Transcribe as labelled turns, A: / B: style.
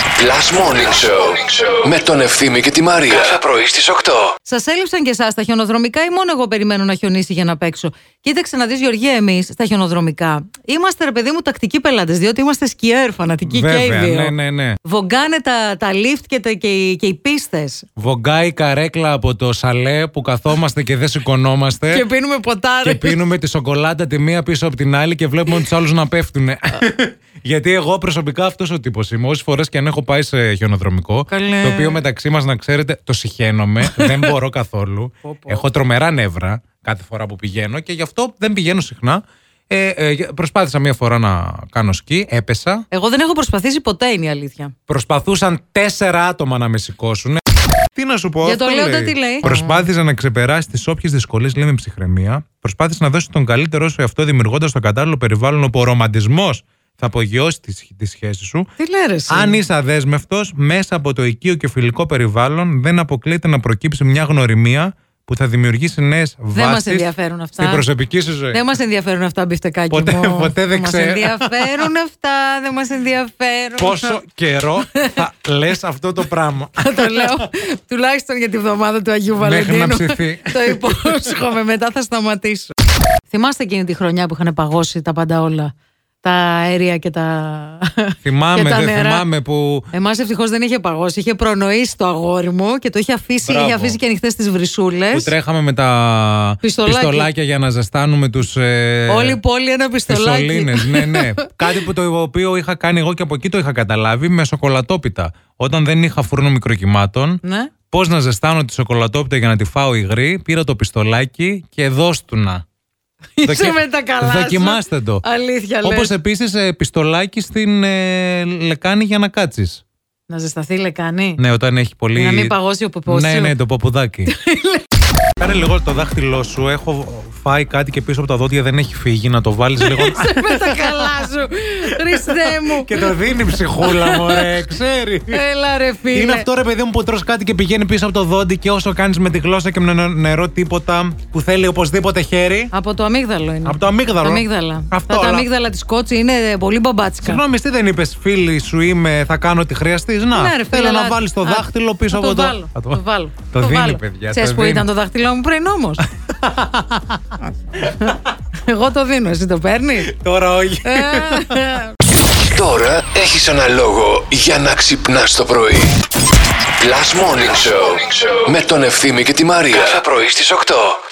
A: Last Morning Show με τον Ευθύμη και τη Μαρία. Κάθε πρωί στις 8.
B: Σας έλειψαν και εσάς τα χιονοδρομικά ή μόνο εγώ περιμένω να χιονίσει για να παίξω. Κοίταξε να δεις, Γεωργία, εμείς στα χιονοδρομικά είμαστε ρε παιδί μου τακτικοί πελάτες, διότι είμαστε σκιέρ, φανατικοί και οι
C: Βέβαια,
B: δύο.
C: ναι, ναι, ναι.
B: Βογκάνε τα, τα lift και, τα, και, οι- και οι πίστες.
C: Βογκάει η καρέκλα από το σαλέ που καθόμαστε και δεν σηκωνόμαστε.
B: Και πίνουμε ποτάρι.
C: Ε, και πίνουμε τη σοκολάτα τη μία πίσω από την άλλη και βλέπουμε τους άλλους να πέφτουν. Γιατί εγώ προσωπικά αυτός ο τύπος είμαι. Όσες φορές και αν έχω πάει σε χιονοδρομικό,
B: Καλέ.
C: το οποίο μεταξύ μας να ξέρετε, το συχαίνομαι, δεν μπορώ καθόλου. έχω τρομερά νεύρα κάθε φορά που πηγαίνω και γι' αυτό δεν πηγαίνω συχνά. Ε, ε, προσπάθησα μία φορά να κάνω σκι, έπεσα.
B: Εγώ δεν έχω προσπαθήσει ποτέ, είναι η αλήθεια.
C: Προσπαθούσαν τέσσερα άτομα να με σηκώσουν. Τι να σου πω,
B: Για
C: αυτό
B: το Λέοντα
C: λέει.
B: τι λέει?
C: Προσπάθησε να ξεπεράσει τις όποιες δυσκολίες λέει με ψυχραιμία. Προσπάθησε να δώσει τον καλύτερό σου εαυτό δημιουργώντας το κατάλληλο περιβάλλον όπου ο ρομαντισμός θα απογειώσει τη, τη σχέση σου.
B: Τι λέρε.
C: Αν είσαι αδέσμευτος, μέσα από το οικείο και φιλικό περιβάλλον δεν αποκλείεται να προκύψει μια γνωριμία που θα δημιουργήσει νέες
B: Δεν μας
C: βάσεις
B: ενδιαφέρουν αυτά.
C: στην προσωπική σου ζωή.
B: Δεν μας ενδιαφέρουν αυτά, μπιφτεκάκι.
C: Ποτέ-
B: μου.
C: ποτέ δεν ξέρω.
B: Μα ενδιαφέρουν αυτά, δεν μας ενδιαφέρουν.
C: Πόσο καιρό θα λες αυτό το πράγμα.
B: Θα το λέω τουλάχιστον για τη βδομάδα του Αγίου
C: Μέχρι να
B: Βαλεντίνου.
C: ψηθεί.
B: το υπόσχομαι, μετά θα σταματήσω. Θυμάστε εκείνη τη χρονιά που είχαν παγώσει τα πάντα όλα. Τα αέρια και τα.
C: θυμάμαι,
B: και τα
C: δεν
B: νερά.
C: θυμάμαι που
B: Εμάς ευτυχώς δεν είχε παγώσει. Είχε προνοήσει το αγόρι μου και το είχε αφήσει,
C: Μπράβο.
B: είχε αφήσει και ανοιχτές τις βρυσούλες.
C: Που τρέχαμε με τα
B: Πιστολάκια.
C: πιστολάκια, για να ζεστάνουμε τους. Ε,
B: Όλη η πόλη ένα πιστολάκι.
C: πιστολίνες. ναι, ναι. Κάτι που το οποίο είχα κάνει εγώ και από εκεί το είχα καταλάβει με σοκολατόπιτα. Όταν δεν είχα φούρνο μικροκυμάτων,
B: ναι.
C: πώς να ζεστάνω τη σοκολατόπιτα για να τη φάω υγρή, πήρα το πιστολάκι και δώστουνα.
B: Είσαι με τα καλά σου.
C: Δοκιμάστε το.
B: Αλήθεια, λες.
C: Όπως επίσης ε, πιστολάκι στην ε, λεκάνη για να κάτσεις.
B: Να ζεσταθεί λεκάνη.
C: Ναι, όταν έχει πολύ.
B: Να μην παγώσει ο ποπός
C: Ναι,
B: σου.
C: ναι, το ποπουδάκι. Κάνε λίγο το δάχτυλό σου. Έχω φάει κάτι και πίσω από τα δόντια δεν έχει φύγει. Να το βάλεις λίγο.
B: Είσαι με τα καλά σου. Χριστέ μου.
C: Ναι. και το δίνει ψυχούλα μου, ρε, ξέρεις.
B: Έλα ρε φίλε.
C: Είναι αυτό ρε παιδί μου που τρως κάτι και πηγαίνει πίσω από το δόντι και όσο κάνεις με τη γλώσσα και με νε- νερό τίποτα που θέλει οπωσδήποτε χέρι.
B: Από το αμύγδαλο είναι.
C: Από το αμύγδαλο.
B: αμύγδαλα.
C: Αυτό,
B: Αυτά τα
C: αλλά-
B: αμύγδαλα της κότσι είναι πολύ μπαμπάτσικα.
C: Συγγνώμη, τι δεν είπες, φίλη σου είμαι, θα κάνω ό,τι χρειαστείς. Να,
B: Ναι, ρε, φίλε,
C: θέλω να
B: αλλά-
C: βάλεις το
B: Α,
C: δάχτυλο πίσω
B: θα
C: από το.
B: το. Βάλω,
C: Α,
B: το βάλω.
C: Το
B: το
C: δίνει,
B: βάλω.
C: παιδιά.
B: Ξέρεις
C: το
B: που
C: δίνει.
B: ήταν το δάχτυλό μου πριν όμως. Εγώ το δίνω, εσύ το Ε, παίρνεις.
C: Τώρα όχι.
A: Τώρα έχεις ένα λόγο για να ξυπνάς το πρωί. Last Morning Show με τον Ευθύμη και τη Μαρία. Κάθε πρωί στις 8.